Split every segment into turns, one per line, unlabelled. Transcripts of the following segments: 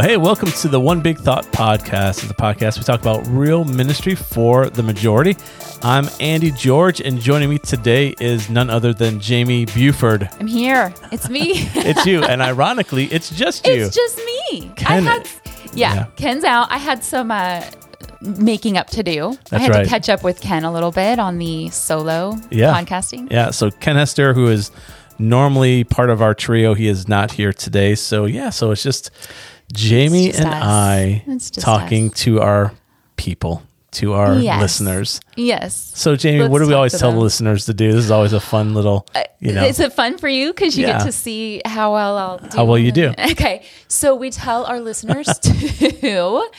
Hey, welcome to the One Big Thought podcast. It's a podcast we talk about real ministry for the majority. I'm Andy George, and joining me today is none other than Jamie Buford.
I'm here. It's me.
It's you, and ironically, it's just you.
it's just me.
Ken-
I had, yeah,
yeah.
Ken's out. I had some uh, making up to do. I
That's
had
right.
to catch up with Ken a little bit on the solo
Yeah.
podcasting.
yeah, so Ken Hester, who is normally part of our trio, he is not here today. So yeah, so it's just Jamie
It's just
and
us.
I
It's just
talking
us.
to our people, to our
Yes.
listeners.
Yes.
So Jamie,
Let's
what do we
talk
always
to
tell the
them. Uh,
listeners to do? This is always a fun little, you know.
Is it fun for you? Because you
Yeah.
get to see how well I'll do.
How well you do.
Okay. So we tell our listeners to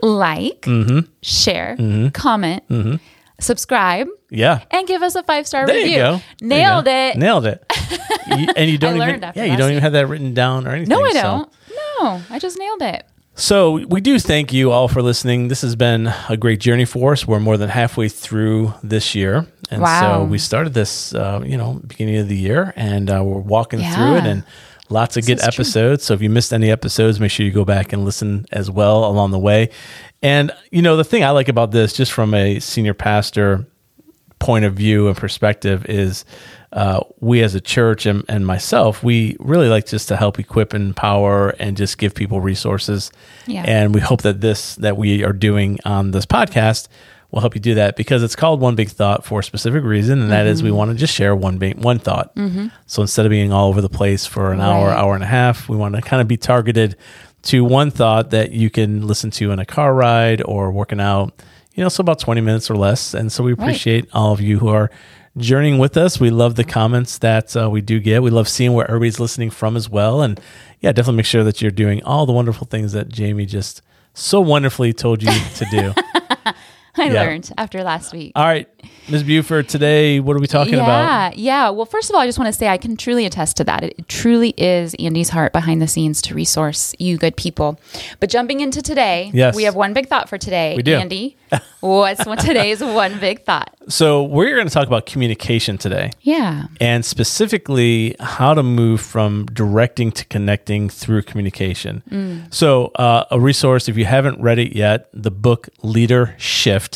like,
Mm-hmm.
share, comment, subscribe,
yeah.
and give us a five star
Mm-hmm. There
review.
you go. There you
Nailed
go.
it.
Nailed it. You- and you don't
learned
even
after
yeah, you
last
don't even
week.
have that written down or anything.
no, I
so-
don't. No, I just nailed it.
So, we do thank you all for listening. This has been a great journey for us. We're more than halfway through this year, and
Wow.
so we started this, uh, you know, beginning of the year, and uh, we're walking through
Yeah.
it and. Lots of good
is true.
episodes. So if you missed any episodes, make sure you go back and listen as well along the way. And, you know, the thing I like about this, just from a senior pastor point of view and perspective is uh, we as a church and, and myself, we really like just to help equip and empower and just give people resources.
Yeah.
And we hope that this that we are doing on this podcast will help you do that because it's called one big thought for a specific reason, and that is
Mm-hmm.
we want to just share one big one thought. So instead of being all over the place for an hour,
Right.
hour and a half, we want to kind of be targeted to one thought that you can listen to in a car ride or working out. You know, so about 20 minutes or less. And so we appreciate all of you who are journeying with us. We love the comments that uh, we do get. We love seeing where everybody's listening from as well. And yeah, definitely make sure that you're doing all the wonderful things that Jamie just so wonderfully told you to do.
I
Yeah.
learned after last week.
all right, Ms. Buford, today, what are we talking
yeah,
about?
yeah. Well, first of all, I just want to say I can truly attest to that. It, it truly is Andy's heart behind the scenes to resource you good people. But jumping into today,
Yes.
we have one big thought for today.
We do.
Andy, what's one- today's one big thought?
So, we're going to talk about communication today.
Yeah.
and specifically how to move from directing to connecting through communication. So, uh, a resource, if you haven't read it yet, the book Leader Shift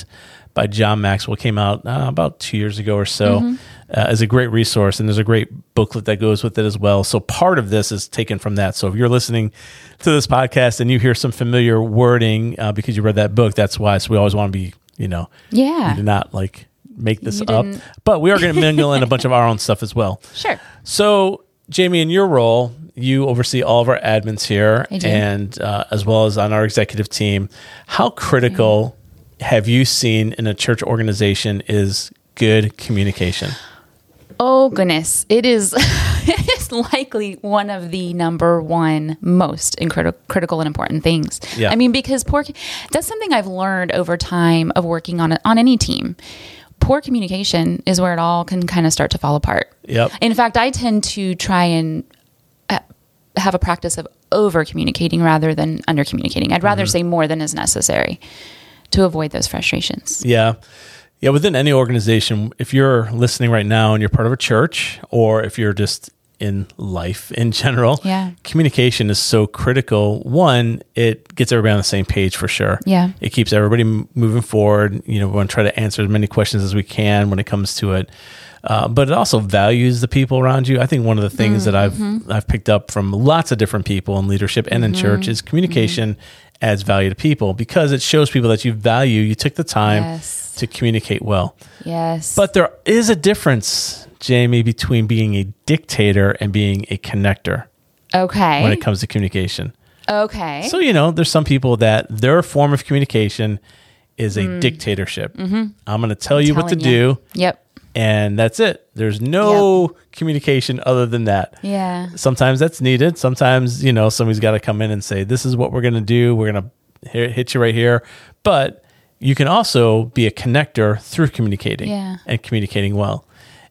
by John Maxwell came out uh, about two years ago or so. Uh, is a great resource, and there's a great booklet that goes with it as well. So, part of this is taken from that. So, if you're listening to this podcast and you hear some familiar wording uh, because you read that book, that's why. So, we always want to be, you know,
Yeah.
we did not like make this
You
up,
didn't-
but we are going to mingle in a bunch of our own stuff as well.
Sure.
So, Jamie, in your role, you oversee all of our admins here,
I do.
and uh, as well as on our executive team. How critical have you seen in a church organization is good communication?
Oh goodness, it is it is likely one of the number one most incredi- critical and important things.
Yeah.
I mean, because poor co- that's something I've learned over time of working on on any team. Poor communication is where it all can kind of start to fall apart.
Yep.
In fact, I tend to try and uh, have a practice of over communicating rather than under communicating. I'd
Mm-hmm.
rather say more than is necessary to avoid those frustrations.
Yeah. Yeah, within any organization, if you're listening right now and you're part of a church or if you're just in life in general,
Yeah.
communication is so critical. One, it gets everybody on the same page for sure.
Yeah.
It keeps everybody m- moving forward. You know, we want to try to answer as many questions as we can when it comes to it. Uh, but it also values the people around you. I think one of the things
Mm,
that
mm-hmm.
I've I've picked up from lots of different people in leadership and in church is communication
Mm-hmm.
adds value to people because it shows people that you value. You took the time
Yes.
to communicate well.
Yes.
But there is a difference, Jamie, between being a dictator and being a connector
okay.
when it comes to communication.
okay.
So, you know, there's some people that their form of communication is a dictatorship. I'm going to tell you what to
Hmm. Mm-hmm. Telling
do,
Yep.
and that's it. There's no communication other than that.
Yeah.
Sometimes that's needed. Sometimes, you know, somebody's got to come in and say, this is what we're going to do. We're going to hit you right here. But you can also be a connector through communicating
Yeah.
and communicating well.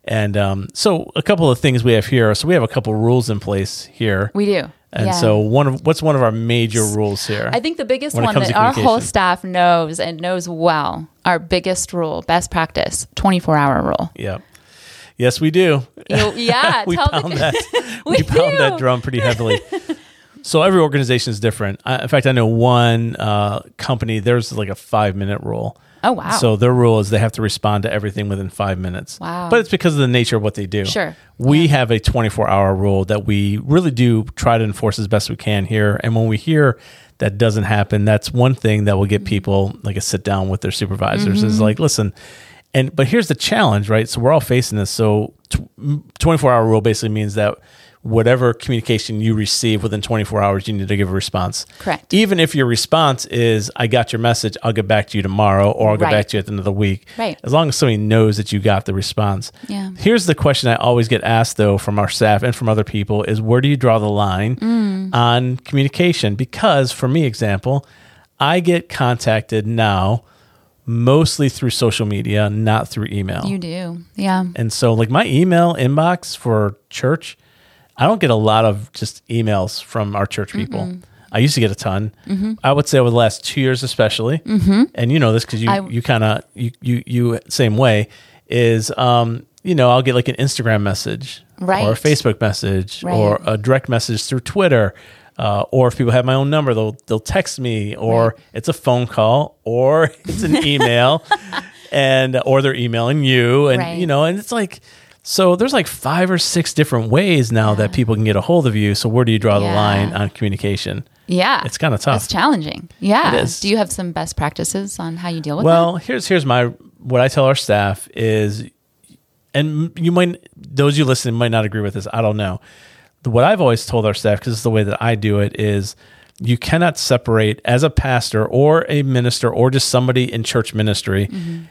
And um, so, a couple of things we have here. So, we have a couple rules in place here.
We do.
And
Yeah.
so, one of what's one of our major rules here?
I think the biggest
when it
one
comes
that
to
our whole
communication.
staff knows and knows well, our biggest rule, best practice, 24 hour rule.
Yeah. Yes, we do.
You- yeah.
we
tell
pound
the,
that. we
We
pound that
do.
drum pretty heavily. So every organization is different. I, in fact, I know one uh, company. There's like a five minute rule.
Oh, wow.
So their rule is they have to respond to everything within five minutes.
Wow.
But it's because of the nature of what they do.
Sure.
We have a 24 hour rule that we really do try to enforce as best we can here. And when we hear that doesn't happen, that's one thing that will get
Mm-hmm.
people like a sit down with their supervisors is like, listen, and but here's the challenge, right? So we're all facing this. So tw- 24 hour rule basically means that whatever communication you receive within 24 hours, you need to give a response.
Correct.
Even if your response is, I got your message, I'll get back to you tomorrow, or I'll get back
Right.
to you at the end of the week.
Right.
As long as somebody knows that you got the response.
Yeah.
Here's the question I always get asked though from our staff and from other people is where do you draw the line
Mm.
on communication? Because for me, example, I get contacted now mostly through social media, not through email.
You do. Yeah.
Mm-hmm. And so, like, my email inbox for church, I don't get a lot of just emails from our church people. I used to get a ton.
Mm-hmm.
I would say over the last two years, especially, and you know this because you
I-
you kind of you you you same way is um you know I'll get like an Instagram message or a
Right.
Facebook message
Right.
or a direct message through Twitter. Uh, or if people have my own number, they'll they'll text me, or it's a phone call, or it's an email, and or they're emailing you, and
Right.
you know know, and it's like, so there's like five or six different ways now that people can get a hold of you. So where do you draw the
Yeah.
line on communication?
Yeah.
It's kinda tough.
It's challenging. Yeah.
It is.
Do you have some best practices on how you deal with
Well, here's here's my what I tell our staff is, and you might those you listen might not agree with this. I don't know. What I've always told our staff because it's the way that I do it is you cannot separate as a pastor or a minister or just somebody in church ministry.
Mm-hmm.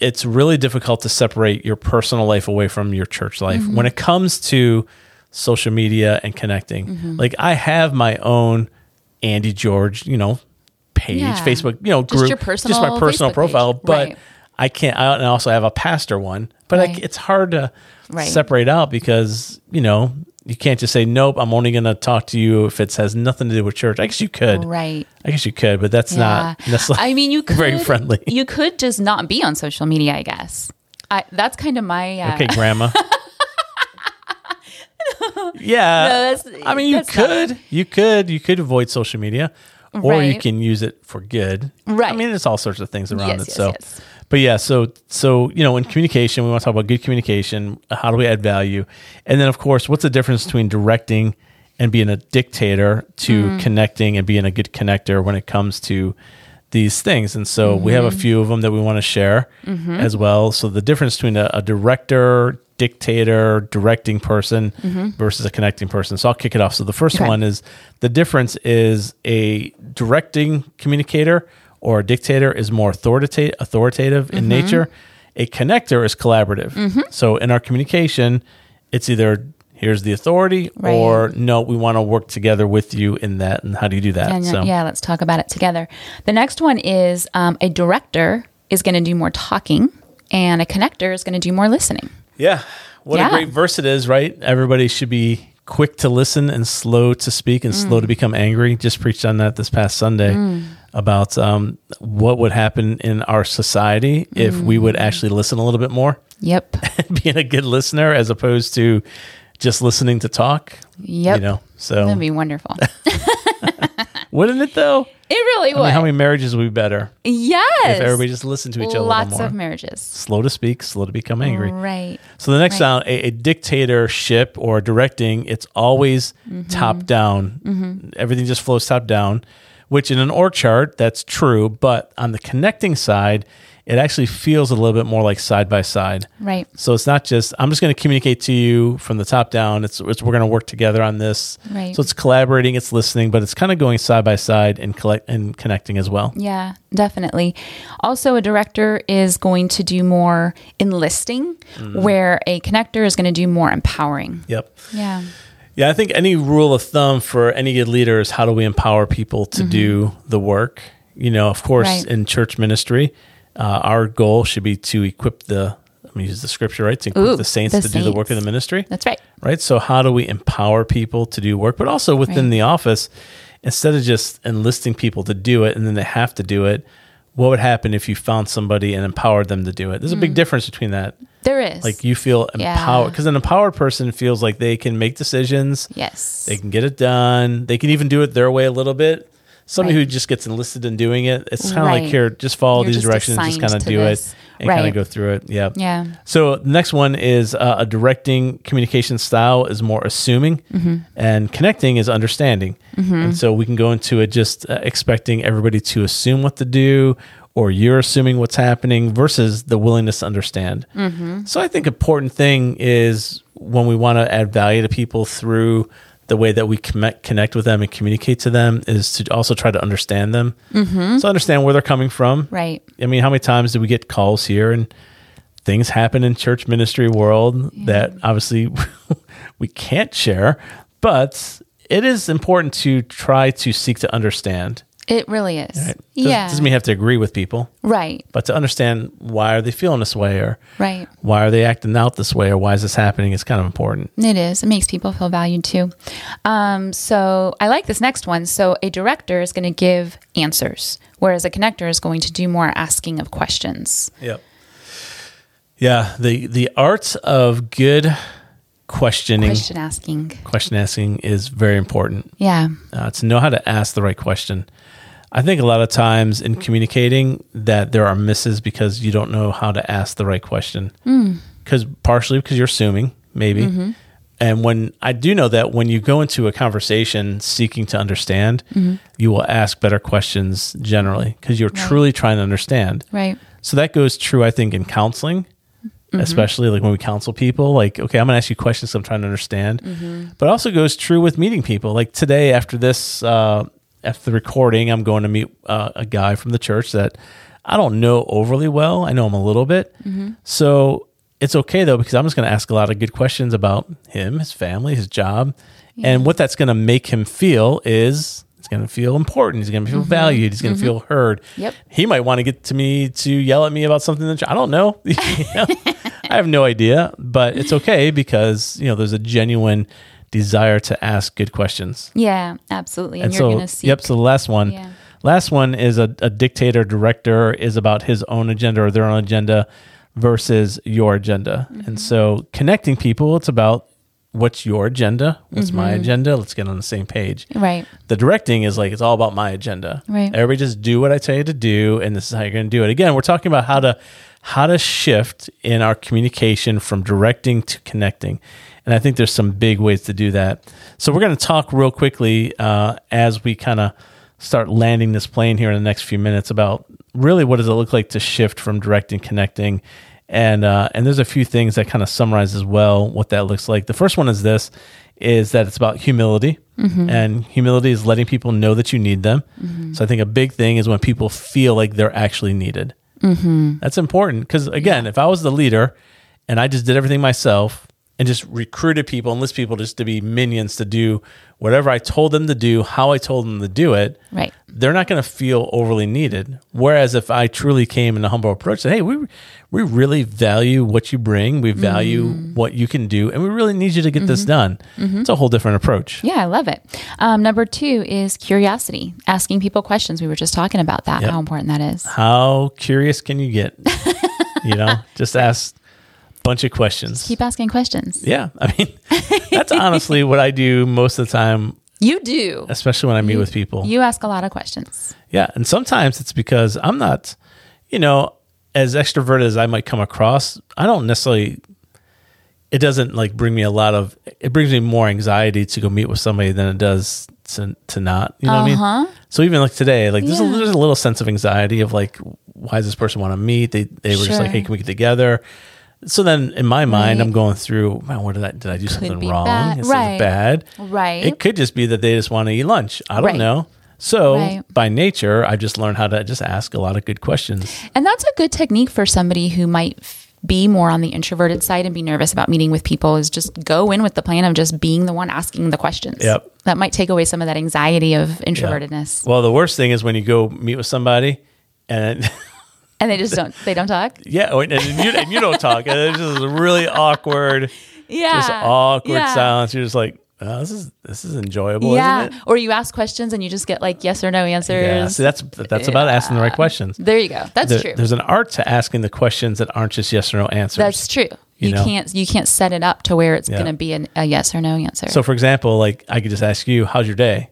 It's really difficult to separate your personal life away from your church life
Mm-hmm.
when it comes to social media and connecting.
Mm-hmm.
Like I have my own Andy George, you know, page,
Yeah.
Facebook, you know,
Just
group,
your
just my
personal
personal
Facebook page.
profile. But
Right.
I can't. I and I also have a pastor one, but I c
Right.
it's hard to
Right.
separate out because you know you can't just say nope. I'm only going to talk to you if it has nothing to do with church. I guess you could.
that? Right.
I guess you could, but that's not. That's like,
I mean, you could
very friendly.
You could just not be on social media, I guess. I, that's kind of my uh,
okay, grandma. yeah,
No, that's-
I mean you
that's not-
could, you could, you could avoid social media, or you
Right.
can use it for good. I
Right.
mean, there's all sorts of things around
Yes,
it.
yes,
so,
yes.
but yeah, so so you know, in communication, we want to talk about good communication. How do we add value? And then, of course, what's the difference between directing and being a dictator to connecting and being a good connector when it comes to these things? And so, we have a few of them that we want to share as well. So, the difference between a, a director, dictator, directing person versus a connecting person. So, I'll kick it off. So, the first
Okay.
one is the difference is a directing communicator or a dictator is more authoritative, authoritative
Mm-hmm.
in nature. A connector is collaborative. So in our communication, it's either here's the authority
Right.
or no, we want to work together with you in that. And how do you do that?
And, uh,
so
yeah, let's talk about it together. The next one is um, a director is going to do more talking, and a connector is going to do more listening.
Yeah. What a
Yeah.
great verse it is, right? Everybody should be quick to listen and slow to speak and slow
Mm.
to become angry. Just preached on that this past Sunday about um, what would happen in our society if we
Mm.
would actually listen a little bit more
Yep.
and being a good listener as opposed to just listening to talk.
Yep.
You know, so
That'd be wonderful. it
wouldn't it though?
really would.
I mean, how many marriages would be better
yes.
if everybody just listened to each other a
Lots
little more?
of marriages.
slow to speak, slow to become angry.
Right.
So the next
Right.
sound, a, a dictatorship or directing, it's always
Mm-hmm.
top down. Everything just flows top down, which in an org chart, that's true. But on the connecting side, it actually feels a little bit more like side by side.
Right.
So it's not just I'm just going to communicate to you from the top down. It's, it's we're going to work together on this.
Right.
So it's collaborating, it's listening, but it's kind of going side by side and collect and connecting as well.
Yeah, definitely. Also, a director is going to do more enlisting,
Mm-hmm.
where a connector is going to do more empowering.
Yep.
Yeah.
Yeah, I think any rule of thumb for any good leader is how do we empower people to do the work? You know, of course,
Mm-hmm. Right.
in church ministry, uh, our goal should be to equip the, I'm going to use the scripture, right? To equip
Ooh,
the saints
the
to do the work of
saints.
the ministry,
That's right.
right? So, how do we empower people to do work? But also within
Right.
the office, instead of just enlisting people to do it and then they have to do it, what would happen if you found somebody and empowered them to do it? There's a big difference between that.
There is.
Like you feel
Mm. Yeah.
empowered because an empowered person feels like they can make decisions,
yes.
they can get it done, they can even do it their way a little bit. Somebody
Right.
who just gets enlisted in doing it, it's kind of
Right.
like here, just follow
You're
these
just
directions, just
assigned
kind of
to
do
this.
it and kind
Right.
of go through it. Yeah.
yeah.
So the next one is uh, a directing communication style is more assuming, and connecting is understanding. And so we can go into it just uh, expecting everybody to assume what to do, or you're assuming what's happening, versus the willingness to understand. So I think important thing is when we want to add value to people through the way that we connect, connect with them and communicate to them is to also try to understand them. So understand where they're coming from.
Right.
I mean, how many times do we get calls here and things happen in church ministry world that obviously we can't share, but it is important to try to seek to understand.
It really is.
Right? Doesn't-
Yeah.
Doesn't mean you have to agree with people,
right.
but to understand why are they feeling this way or
Right.
why are they acting out this way or why is this happening is kind of important.
It is. It makes people feel valued too. Um, so I like this next one. So a director is going to give answers, whereas a connector is going to do more asking of questions.
Yep. Yeah, the the art of good questioning, question,
Question asking.
asking is very important.
Yeah.
Uh, to know how to ask the right question. I think a lot of times in communicating that there are misses because you don't know how to ask the right question. Because partially because you're assuming maybe, and when I do know that when you go into a conversation seeking to understand, you will ask better questions generally because you're truly trying to understand.
Right.
So that goes true, I think, in counseling, Mm-hmm. especially like when we counsel people. Like, okay, I'm going to ask you questions I'm trying to understand, but it also goes true with meeting people. Like today, after this, uh, after the recording, I'm going to meet uh, a guy from the church that I don't know overly well. I know him a little bit, so it's okay though because I'm just going to ask a lot of good questions about him, his family, his job, and what that's going to make him feel is. It's going to feel important. He's going to feel valued. He's going to feel heard
Yep.
he might want to get to me to yell at me about something that I don't know. You know? I have no idea, but it's okay because you know there's a genuine desire to ask good questions.
Yeah. Absolutely. And,
And
you're
so,
going to see.
yep. So the last one,
Yeah.
last one is a, a dictator director is about his own agenda or their own agenda versus your agenda.
Mm-hmm.
And so connecting people, it's about what's your agenda, what's my
Mm-hmm.
agenda. Let's get on the same page
Right.
the directing is like it's all about my agenda.
Right.
Everybody just do what I tell you to do, and this is how you're going to do it. Again, we're talking about how to how to shift in our communication from directing to connecting, and I think there's some big ways to do that. So we're going to talk real quickly uh, as we kind of start landing this plane here in the next few minutes about really what does it look like to shift from directing connecting. And, uh, and there's a few things that kind of summarize as well what that looks like. The first one is this is that it's about humility and humility is letting people know that you need them so i think a big thing is when people feel like they're actually needed that's important because again if i was the leader and i just did everything myself and just recruited people and list people just to be minions to do whatever i told them to do how i told them to do it
Right.
they're not going to feel overly needed. Whereas if I truly came in a humble approach, said, "Hey, we we really value what you bring. We value
Mm-hmm.
what you can do, and we really need you to get this done." It's a whole different approach.
Yeah, I love it. Um, number two is curiosity, asking people questions. We were just talking about that,
Yep.
how important that is.
How curious can you get? you know, just ask a bunch of questions.
Keep asking questions.
yeah, I mean, that's honestly what I do most of the time,
You do.
especially when I meet with people.
You ask a lot of questions.
Yeah, and sometimes it's because I'm not, you know, as extroverted as I might come across, I don't necessarily it doesn't like bring me a lot of it brings me more anxiety to go meet with somebody than it does to to not, you know what I mean? So even like today, like there's,
Uh-huh. Yeah.
a, there's a little sense of anxiety of like why does this person want to meet? They they were just like,
Sure.
"Hey, can we get together?" So then in my mind,
Right.
I'm going through, "Man, what did I did I do something
be
wrong?
bad."
This
Right.
is bad."
Right.
It could just be that they just want to eat lunch. I don't
Right.
know. So
Right.
by nature, I've just learned how to just ask a lot of good questions.
And that's a good technique for somebody who might f- be more on the introverted side and be nervous about meeting with people is just go in with the plan of just being the one asking the questions.
Yep.
That might take away some of that anxiety of introvertedness.
Well, the worst thing is when you go meet with somebody and
And they just don't they don't talk.
yeah, oh, and you, and you don't talk. And it's just really awkward,
Yeah.
just awkward
Yeah.
silence. You're just like, oh, this is this is enjoyable,
yeah.
isn't it?
Or you ask questions and you just get like yes or no answers.
Yeah. See, that's that's about asking the right questions.
there you go. That's
There-
true.
There's an art to asking the questions that aren't just yes or no answers.
That's true.
you
You,
know?
can't you can't set it up to where it's
Yeah.
going to be an, a yes or no answer.
so, for example, like I could just ask you, "How's your day?"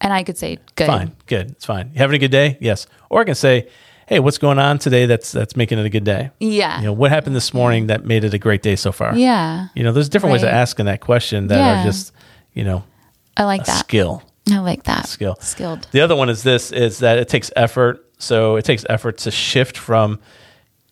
and I could say good.
Fine, good, it's fine. You having a good day? Yes. Or I can say, "Hey, what's going on today? That's that's making it a good day."
Yeah.
You know, what happened this morning that made it a great day so far?
yeah.
You know, there's different ways of
Right.
asking that question that are
Yeah.
just, you know,
I like
a
that.
skill.
I like that.
Skill.
Skilled.
The other one is this is that it takes effort. So it takes effort to shift from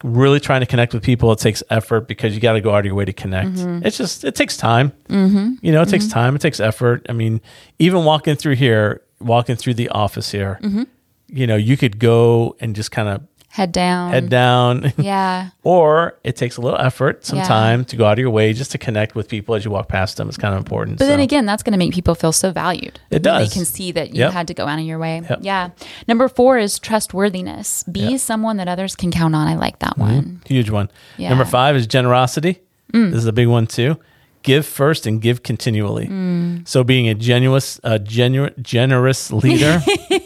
really trying to connect with people. It takes effort because you got to go out of your way to connect.
Mm-hmm.
It's just, it takes time. Mm-hmm. You know, it takes time. It takes effort. I mean, even walking through here, walking through the office here,
Mm-hmm.
you know, you could go and just kind of
Head down.
head down.
Yeah.
Or it takes a little effort, some
Yeah.
time to go out of your way just to connect with people as you walk past them. It's kind of important.
But then
So-
again, that's going to make people feel so valued.
It
when
does.
They can see that you
Yep.
had to go out of your way.
Yep.
Yeah. Number four is trustworthiness. Be
Yep. Mm-hmm.
someone that others can count on. I like that one.
Huge one.
Yeah. Mm.
Number five is generosity. This is a big one too. Give first and give continually.
Mm.
So being a genuous, a genu- generous leader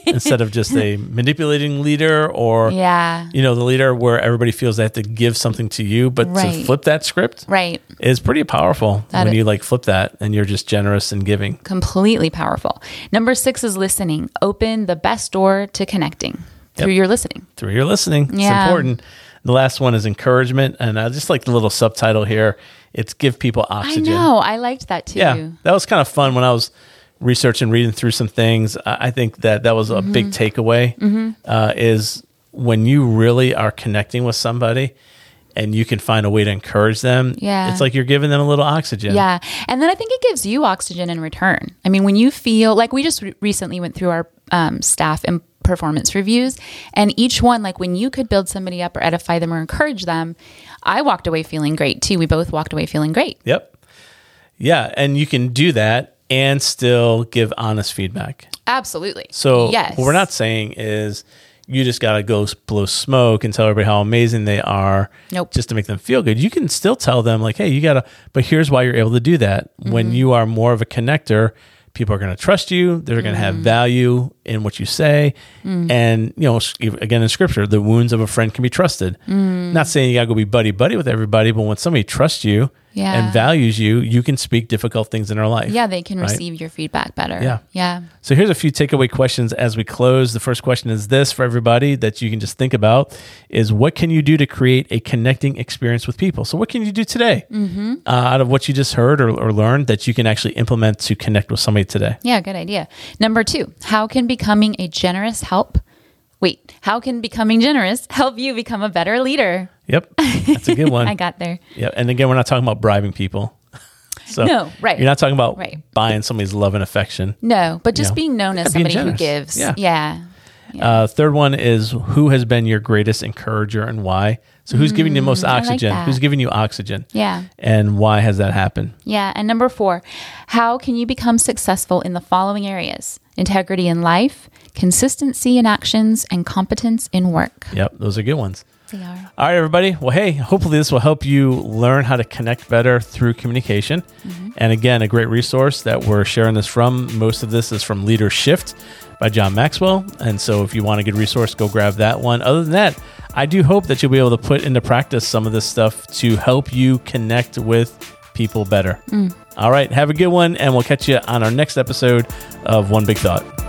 instead of just a manipulating leader or
Yeah.
you know the leader where everybody feels they have to give something to you, but to
Right.
flip that script
Right.
is pretty powerful
That
when
i-
you like flip that and you're just generous and giving.
Completely powerful. Number six is listening. Open the best door to connecting through your listening.
through your listening. It's
Yeah.
important. The last one is encouragement, and I just like the little subtitle here. It's give people oxygen.
I know. I liked that too.
Yeah, that was kind of fun when I was researching, reading through some things. I I think that that was a
Mm-hmm.
big takeaway. Uh, is when you really are connecting with somebody, and you can find a way to encourage them.
Yeah.
it's like you're giving them a little oxygen.
Yeah. And then I think it gives you oxygen in return. I mean, when you feel like we just re- recently went through our um, staff and performance reviews, and each one, like when you could build somebody up or edify them or encourage them, I walked away feeling great too. We both walked away feeling great.
Yep. Yeah, and you can do that and still give honest feedback.
Absolutely.
So
yes.
what we're not saying is you just gotta go s- blow smoke and tell everybody how amazing they are.
Nope.
Just to make them feel good. You can still tell them like, hey, you gotta. But here's why you're able to do that.
Mm-hmm.
When you are more of a connector, people are gonna trust you. They're gonna have
Mm-hmm.
value in what you say.
Mm.
And you know, s- again in scripture, the wounds of a friend can be trusted.
Mm.
Not saying you gotta go be buddy buddy with everybody, but when somebody trusts you
Yeah.
and values you, you can speak difficult things in their life.
Yeah, they can
right?
receive your feedback better.
Yeah.
Yeah.
So here's a few takeaway questions as we close. The first question is this for everybody that you can just think about is what can you do to create a connecting experience with people? So what can you do today
Mm-hmm.
uh, out of what you just heard or, or learned that you can actually implement to connect with somebody today?
Yeah, good idea. Number two, how can becoming a generous help? Wait, how can becoming generous help you become a better leader?
Yep, that's a good one.
I got there.
yeah, and again, we're not talking about bribing people. so
No, right.
You're not talking about
Right.
buying somebody's love and affection.
No, but just
Yeah.
being known as
Yeah, being
somebody who
generous.
gives.
Yeah.
Yeah.
Uh, third one is who has been your greatest encourager and why? So who's giving you the most
Mm, I like
oxygen?
that.
who's giving you oxygen?
Yeah.
And why has that happened?
Yeah. And number four, how can you become successful in the following areas integrity in life, consistency in actions, and competence in work?
Yep, those are good ones.
They are.
All right, everybody. Well, hey, hopefully this will help you learn how to connect better through communication. And again, a great resource that we're sharing this from. Most of this is from Leader Shift by John Maxwell. And so if you want a good resource, go grab that one. Other than that, I do hope that you'll be able to put into practice some of this stuff to help you connect with people better. All right, have a good one, and we'll catch you on our next episode of One Big Thought.